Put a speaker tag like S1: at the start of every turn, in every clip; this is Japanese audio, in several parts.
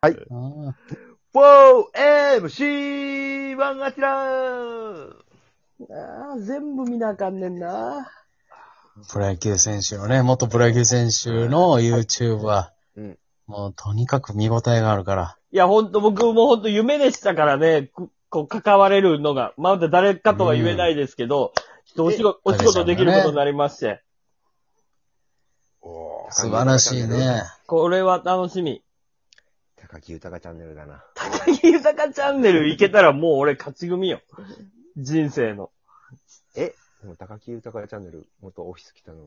S1: はい。
S2: あ
S3: 4MC1 アキラ
S1: あー全部見なあかんねんな。
S2: ープロ野球選手のね、元プロ野球選手の YouTuber。
S3: うん
S2: もうとにかく見応えがあるから。
S1: いや、ほんと僕もほんと夢でしたからね、ここう関われるのが。まだ誰かとは言えないですけど、ちょっとお仕事、お仕事できることになりまして。
S2: 素晴らしいね。。
S1: これは楽しみ。
S3: 高木豊チャンネルだな。
S1: 高木坂チャンネル行けたらもう俺勝ち組よ。人生の。
S3: でも高木豊チャンネル、元オフィス北野の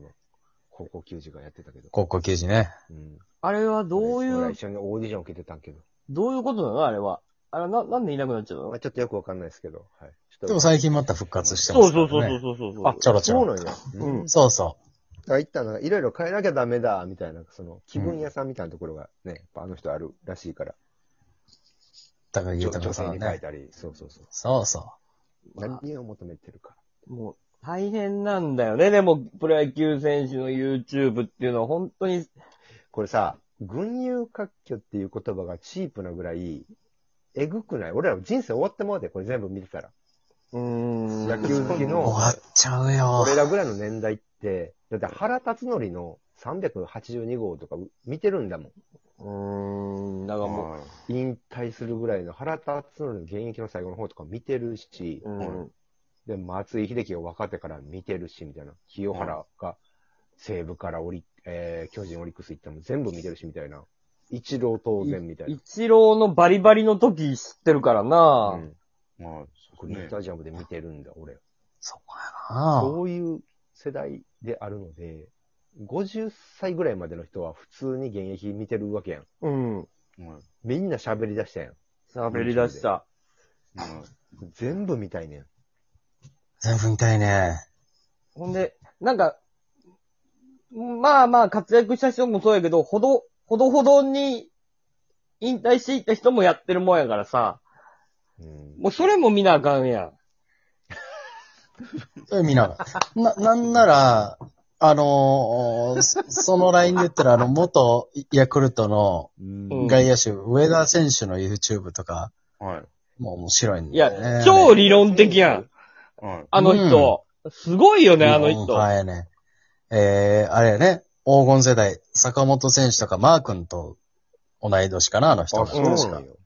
S3: 高校球児がやってたけど。
S2: 高校球児ね。
S3: うん。
S1: あれはどうい
S3: 俺ら
S1: う
S3: 一、緒にオーディション受けてたんけど。
S1: どういうことなのあれは。あれな、なんでいなくなっちゃう
S3: ま
S1: の
S3: あちょっとよくわかんないですけど。はい。ちょ
S2: で
S3: っと
S2: も最近また復活してま
S1: そう
S2: すから
S1: そ
S2: ね。
S1: うそうそうそうそう。
S3: あ、
S2: ちょろちょろ
S3: そうなんや。
S1: う
S3: うん
S1: ん。
S2: そうそ
S3: だから一旦なんかいろいろ変えなきゃダメだ、みたいな、その気分屋さんみたいなところがね、やっぱあの人あるらしいから。
S2: う。高木
S3: 女
S2: 豊
S3: 女
S2: さ
S3: 性
S2: ん
S3: に書い
S2: ね。
S3: たり。そうそうそう。
S2: そうそ
S1: ま
S3: 何を求めてるか。
S1: あもう、大変なんだよね。でも、プロ野球選手の YouTube っていうのは本当に、
S3: これさ、群雄割拠っていう言葉がチープなぐらい、えぐくない俺ら人生終わってまうで、これ全部見てたら。
S1: うーん。
S3: 野球好き
S2: う。
S3: の
S2: 終わっちゃうよ。
S3: 俺らぐらいの年代って、だって原辰徳の382号とかう見てるんだもん。
S1: うーん。だからも
S3: 引退するぐらいの原辰徳の現役の最後の方とか見てるし、
S1: う、うん。
S3: で、松井秀喜を若手から見てるし、みたいな。清原が西武からオリ、えー巨人オリックス行ったのも全部見てるし、みたいな。一郎当然みたいな。
S1: 一郎のバリバリの時知ってるから
S3: う
S1: な、
S3: ん。
S4: まあ、そ
S3: 国立スタジアムで見てるんだ、俺。
S2: そうやな
S3: そういう世代であるので、50歳ぐらいまでの人は普通に現役見てるわけやん。
S1: うん。
S4: はい
S3: みんな喋り出したやん。
S1: 喋り出した。
S4: まあ、
S3: 全部見たいねん。
S2: 全部見たいね。
S1: ほんで、なんか、まあまあ活躍した人もそうやけど、ほど、ほどほどに引退していった人もやってるもんやからさ、
S3: うん、
S1: もうそれも見なあかんやん。
S2: それ見ながら。 な、なんなら、あのーそ そのラインで言ったら、あの、元ヤクルトの
S1: うん
S2: 外野手、上田選手の YouTube とか、
S4: はい。
S2: もう面白いん
S1: い
S2: だよね。
S1: や、超理論的やん。
S4: はい。
S1: あの人。すごいよね、あの人。
S2: はいね。えー、あれやね、黄金世代、坂本選手とかマー君と同い年かな、あの人
S3: あ、
S2: が。
S3: そう
S2: 確
S3: な
S2: か
S3: んよ。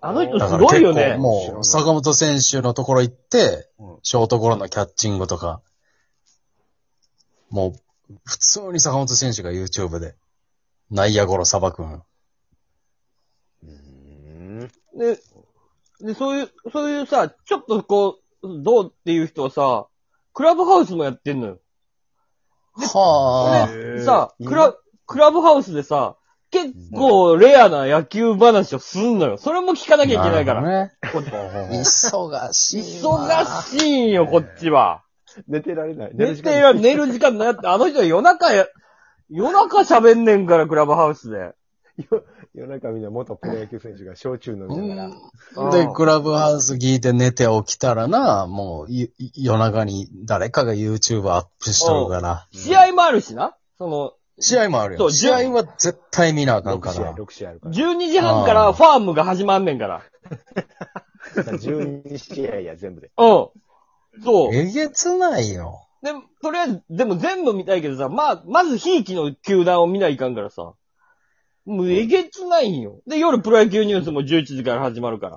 S1: あの人
S2: だ
S1: す
S2: から
S1: ごい
S2: 結
S1: よ
S2: 構
S1: ね。
S2: もう、坂本選手のところ行って、
S4: うん
S2: ショートゴロのキャッチングとか、もう、普通に坂本選手が YouTube で、内野ゴロさばくん。
S3: うん。
S1: で、で、そういう、そういうさ、ちょっとこう、どうっていう人はさ、クラブハウスもやってんのよ。
S2: はあ。
S1: で、さ、
S3: いいな
S1: クラ、クラブハウスでさ、結構レアな野球話をすんのよ。それも聞かなきゃいけないから。
S2: ら。ね、
S1: こっち
S2: 忙しいな。
S1: 忙しいんよ、こっちは。
S3: 寝てられない。
S1: 寝てや、
S3: ない。
S1: 寝る時間ないって、あの人は夜中や、夜中喋んねんから、クラブハウスで。
S3: 夜中みんな元プロ野球選手が焼酎飲みながら。
S1: うん
S2: で、クラブハウス聞いて寝て起きたらな、もうゆ夜中に誰かが YouTube アップしとるから。
S1: 試合もあるしな。その、
S2: 試合もある
S1: そ
S2: よ。
S1: う
S2: 試合は絶対見なあかん
S3: 6
S2: か
S3: 試合、
S2: ら。
S3: 6試合あるから。
S1: 12時半からファームが始まんねんから。
S3: 12試合や、全部で。
S1: うん。そう。
S2: えげつないよ。
S1: で、とりあえず、でも全部見たいけどさ、まあ、まずひいきの球団を見ないかんからさ。もうえげつないんよ。で、夜プロ野球ニュースも11時から始まる か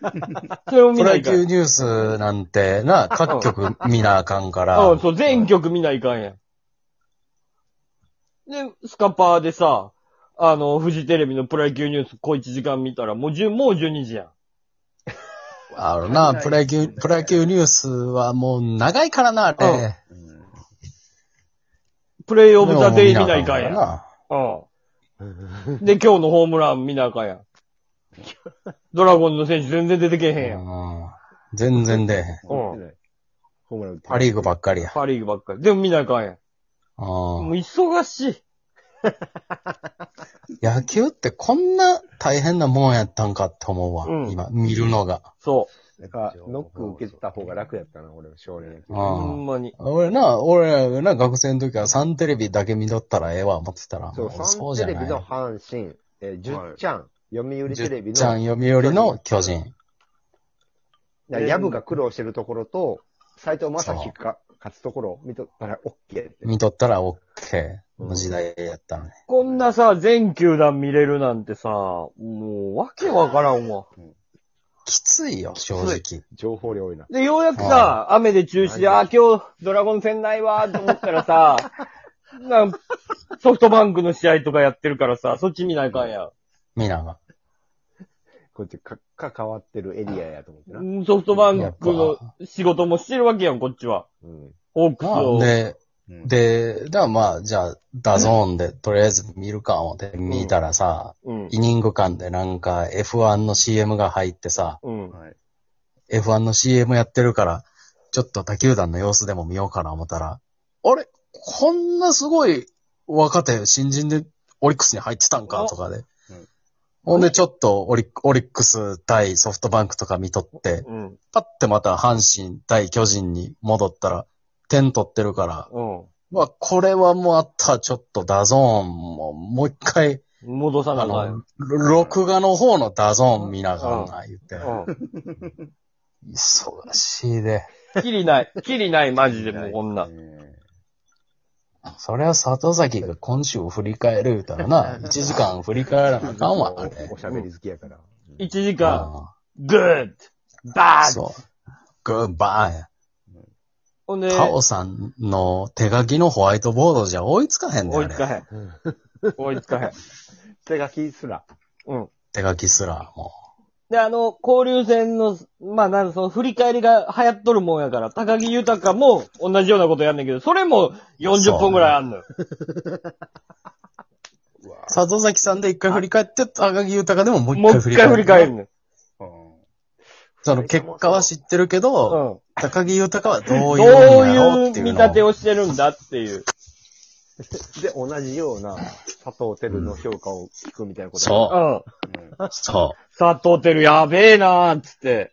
S1: ら。それを見
S2: プ
S1: な
S2: ロ
S1: い
S2: 野
S1: かん。
S2: 球ニュースなんて な、各局見なあかんから。
S1: うん、そう、全曲見ないかんやん。で、スカパーでさ、あの、フジテレビのプロ野球ニュース小1時間見たら、もう10、もう12時やん。
S2: あのな、プロ野球、プロ野球ニュースはもう長いからな、あれ。
S4: うん
S1: プレイオブザデイ見ないかんや
S2: で
S1: ん。
S2: も見なあかん
S1: うん。で、今日のホームラン見なあかんやん。ドラゴンズの選手全然出てけえへんやん。
S2: うん全然で。
S1: うん。
S3: ホームラン打って
S2: パリーグばっかりや。
S1: パリーグばっかり。でも見なあかんやん。
S2: うん
S1: もう忙しい。
S2: 野球ってこんな大変なもんやったんかって思うわ。
S1: うん
S2: 今、見るのが。
S1: そ
S3: なんか、ノック受けてた方が楽やったな、俺の少年野球
S1: う。
S2: あ
S1: ほんまに。
S2: 俺な、俺らな、学生の時はサンテレビだけ見とったらええわ、思ってたら。
S3: そ
S2: もうそう
S3: う、
S2: じ
S3: サ
S2: ゃ
S3: ンテレ
S2: な
S3: ビの
S2: い。
S3: 阪神、えー、じゅっちゃん、読売
S2: じゅ
S3: テレビ
S2: っ
S3: の、
S2: ちゃん読売の巨人。
S3: だからヤブが苦労してるところと、斎藤正樹が勝つところを見とったら OK って。
S2: 見とったら OK の時代やったね。
S1: こんなさ、全球団見れるなんてさ、もう、わけわからんわ。
S2: きついよ、正直。
S3: 情報量多いな。
S1: で、ようやくさ、雨で中止で、あ、今日、ドラゴン戦ないわーと思ったらさ、 なんかソフトバンクの試合とかやってるからさ、そっち見ないかんやん。
S2: みなが。
S3: こっち、か、か、変わってるエリアやと思ってな。
S1: うんソフトバンクの仕事もしてるわけやん、こっちは。
S3: うん。
S1: ホークス
S2: ま
S1: を
S2: あ、。で、
S4: うん、
S2: で、だからまあ、じゃあ、ダゾーンで、とりあえず見るか思って見たらさ、
S1: うん。
S2: イニング間でなんか F1 の CM が入ってさ、
S1: うん。
S4: はい。
S2: F1 の CM やってるから、ちょっと他球団の様子でも見ようかな思ったら、あれこんなすごい若手、新人でオリックスに入ってたんかとかで。ほんでちょっとオリオリックス対ソフトバンクとか見とって、
S1: うん。
S2: パッてまた阪神対巨人に戻ったら、点取ってるから、
S1: うん。
S2: まあこれはもうあったらちょっとダゾーンももう一回、
S1: 戻さな
S2: あ
S1: あかんやん
S2: の、録画の方のダゾーン見ながらな、言って。
S1: う
S2: 忙しいで。
S1: ん。きり ない。きりない、マジで、もうこんな
S4: え。え
S2: そりゃ里崎が今週を振り返る言うたら な、1時間振り返らなあかんわ、あれ
S3: お。しゃべり好きやから。
S1: 1時間、
S2: あ
S1: グッド
S2: あ
S1: バーッ
S2: そう。グッバイ。
S1: ほんで、
S2: カオさんの手書きのホワイトボードじゃ追いつかへんね
S1: 追い
S2: ん、
S1: つ
S2: あれ。
S1: かへん。追いつかへん。
S3: 手書きすら。
S1: うん。
S2: 手書きすら、も
S1: で、あの、交流戦の、まあ、なんその振り返りが流行っとるもんやから、高木豊も同じようなことやんねんけど、それも40本ぐらいあんのよ。
S2: う。里崎さんで一回振り返って、高木豊でももう
S1: も
S2: 一回
S1: う
S2: 振り
S1: 一回
S2: 返
S1: 振
S2: る。
S1: り返るのよ。
S2: その結果は知ってるけど、
S1: うん。
S2: 高木豊はど
S1: ど
S2: う
S1: う
S2: いうもんやろ
S1: いう
S2: ってい
S1: 見
S2: うの
S1: 立てをしてるんだっていう。
S3: で、同じような佐藤輝の評価を聞くみたいなこと。
S2: そう
S1: うん。
S2: を。そう。
S1: 佐藤輝やべえなーっつって。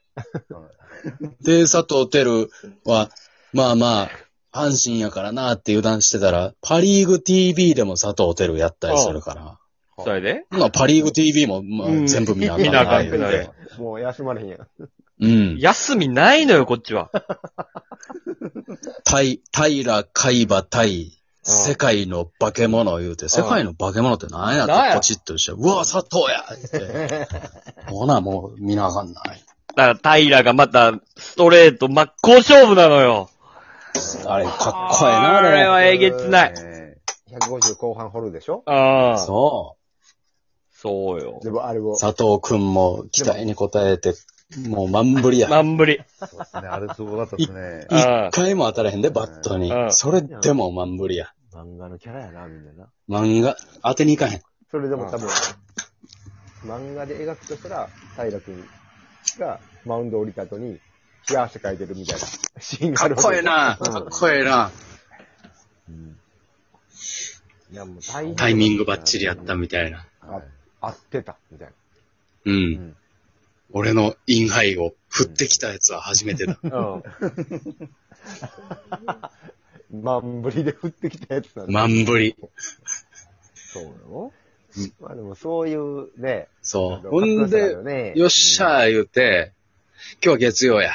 S2: で、佐藤輝は、まあまあ、阪神やからなって油断してたら、パリーグ TV でも佐藤輝やったりするから。
S1: それで
S2: まあ、パリーグ TV も、ま
S1: う
S2: あ、
S1: ん
S2: 全部見なあかん
S1: 見なあかん
S2: 言う
S1: くなる
S2: て。
S3: うんもう休まれへんやん。
S2: うん。
S1: 休みないのよ、こっちは。
S2: 対、平海馬対、世界の化け物言うて、世界の化け物って何や
S1: 何
S2: っ
S1: や
S2: てポチッとして、うわ、佐藤や言 って。ほな、もう見なあかんな。
S1: だから、平がまた、ストレート真っ向勝負なのよ。
S2: あれ、かっこええな、あ
S1: あれ
S2: れ。
S1: はえげつない。
S4: え
S3: 150後半掘るでしょ
S1: ああ。そ
S2: そう。
S1: うよ。
S3: でもあれを。
S2: 佐藤くんも期待に応えて、もう満振りや。
S1: まんぶり。
S4: えそうですね。あれツボだったですね。
S1: あ
S2: 一回も当たらへんで、バットに
S1: う。ん
S2: それでも満振りや。
S3: 漫画のキャラやな、みんなな。
S2: 漫画、当てに行かへん。
S3: それでも多分、漫画で描くとしたら、平君がマウンド降りた後に、冷や汗かいてるみたいなシーンが
S2: か
S3: あ
S2: っ
S3: る
S2: こええな、かっこええな。
S3: いやもう大変
S2: タイミングバッチリやったみたいな。
S3: あ合ってた、みたいな。
S2: うんん。俺のインハイを振ってきたやつは初めてだ。
S1: あ。うん。
S3: 万ぶりで降ってきたやつなんだ。
S2: 満振り。
S3: そうよ。まあでもそういうね、
S2: そ
S3: あ
S2: う。
S3: の
S2: ほんで、、よっし
S3: ー。
S2: ゃー言うて、今日は月曜や。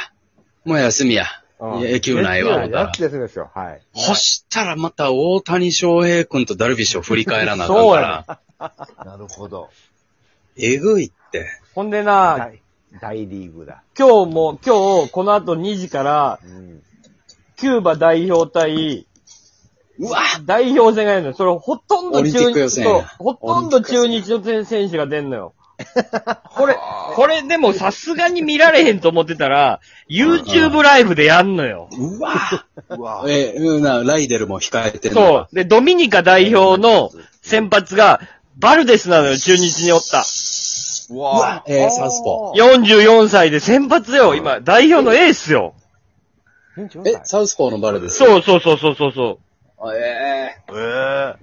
S2: もう休みや。
S3: うん
S2: いや、駅ないわ、思った
S3: や
S2: ら
S3: っ。てですよ、はい。
S2: ほしたらまた大谷翔平君とダルビッシュを振り返らなあかん
S1: そう
S2: か
S1: や
S2: ら、
S4: なるほど。
S2: えぐいって。
S1: ほんでな、
S3: 大大リーグだ。
S1: 今日も、今日、この後2時から、
S3: うん。
S1: キューバ代表対、
S2: うわ
S1: 代表戦がやるのよ。それほとんど
S2: オリンピック予
S1: 中
S2: 選
S1: そうほとんど中日の選手が出んのよ。 これ、これでもさすがに見られへんと思ってたら、YouTube ライブでやんのよ。
S2: うわえ、うんな、ライデルも控えてる
S1: そう。で、ドミニカ代表の先発が、バルデスなのよ、中日におった。
S2: うわえー、サウスポ
S1: 44歳で先発よ、今、代表のエースよ。
S3: 24
S2: ー。え
S3: 歳、
S2: サウスポーのバルです
S1: そうそうそうそうそうそう。
S2: ええ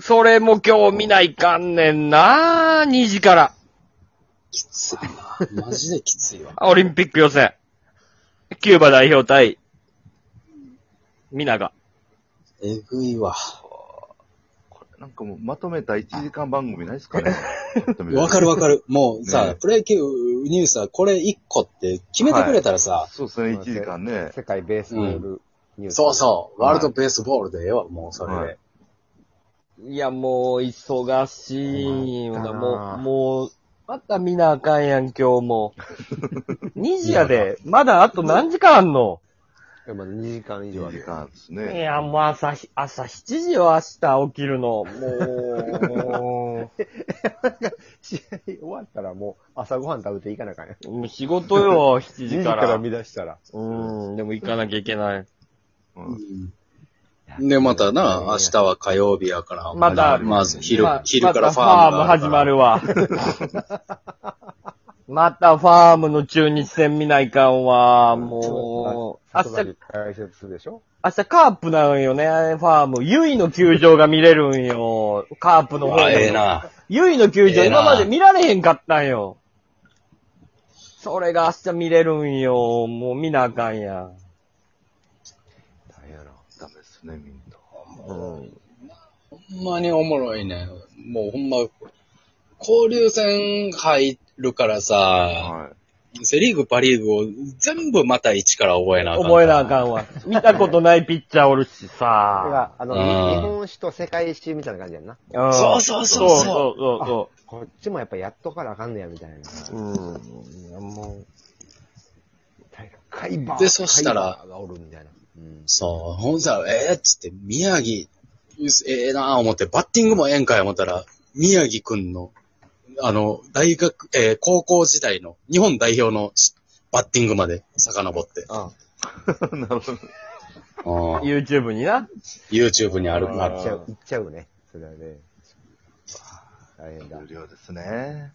S1: それも今日見ないかんねんな2時から。
S2: きついな。 マジできついわ。
S1: オリンピック予選。キューバ代表対、ミナガ。
S2: えぐいわ。
S4: なんかもうまとめた1時間番組ないですかね。まとめた
S2: わかるわかる。もうさ、
S4: ねえ
S2: プロ野球ニュースはこれ1個って決めてくれたらさ、
S4: そうですね、1時間ね。
S3: 世界ベースボールニュース。
S2: そうそう、ワールドベースボールでええわ、もうそれで。
S4: はい
S1: いや、もう、忙しいの
S3: 困っ
S1: が、
S3: た
S1: も
S3: な
S1: う、もう、また見なあかんやん、今日も。2時やで、まだあと何時間あんの
S3: う。まだ2時間以上
S4: 1
S3: ある
S4: 時
S3: よ。
S4: 間です
S1: い
S4: ね。
S1: や、もう朝ひ、朝7時よ、明日起きるの。も
S3: 試合終わったらもう朝ごはん食べていかなあかんや。
S1: う、もう仕事よ、7
S3: 2
S1: 時
S3: 時
S1: か。
S3: からら見出したら。
S1: うん、でも行かなきゃいけない。
S4: うん
S2: で、またな、明日は火曜日やから、
S1: また
S2: まず昼、
S1: ま
S2: 昼から
S1: ま
S2: フ
S1: た
S2: ァームがある
S1: 始ま
S2: る。
S1: るわ。 またファームの中日戦見ないかんわ、もう。明
S3: 明
S1: 日
S3: 日、解説するでしょ
S1: 明日カープなんよね、ファーム。ゆいの球場が見れるんよ。カープの方
S2: あ、ええな。
S1: ゆいの球場、
S2: ええな
S1: 今まで見られへんかったんよ。それが明日見れるんよ。もう見なあかんやん。
S3: 大変やな。
S4: ダメですね、みんな。
S1: うん。
S2: ほんまにおもろいね。もうほんま、交流戦入るからさ、
S4: はい。
S2: セリーグ、パリーグを全部また一から覚えなあかんから。
S1: 覚えなあかんわ。見たことないピッチャーおるし
S3: だから
S1: さ。、
S3: あの、
S2: うん
S3: 日本史と世界史みたいな感じやんな。
S1: う ん
S2: そうそうそう
S1: そう
S2: そ
S1: そうそ
S3: こっちもやっぱやっとかなあかんねや、みたいな。
S1: う。うん。いやも
S3: カイバー。
S2: でそしたら
S3: カイバーがおるみたいな。うん
S2: う。。そう、ほんさ、ええっつって、宮城、ええなあ思って、バッティングもええんかい思ったら、宮城くんの、あの、大学、えー高校時代の、日本代表のしバッティングまで遡って、
S3: あ
S4: なる
S1: う、
S4: ほど。
S1: YouTube にな。
S2: YouTube にある
S3: あ。
S2: か
S3: 行
S2: ら
S3: っちゃう、行っちゃうね。それはね。大変だ
S4: 重。量ですね。